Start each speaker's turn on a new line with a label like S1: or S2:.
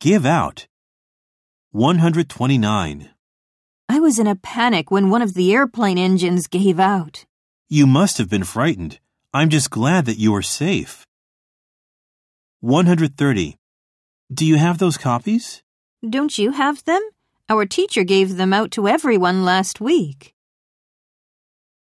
S1: Give out. 129.
S2: I was in a panic when one of the airplane engines gave out.
S1: You must have been frightened. I'm just glad that you are safe. 130. Do you have those copies?
S2: Don't you have them? Our teacher gave them out to everyone last week.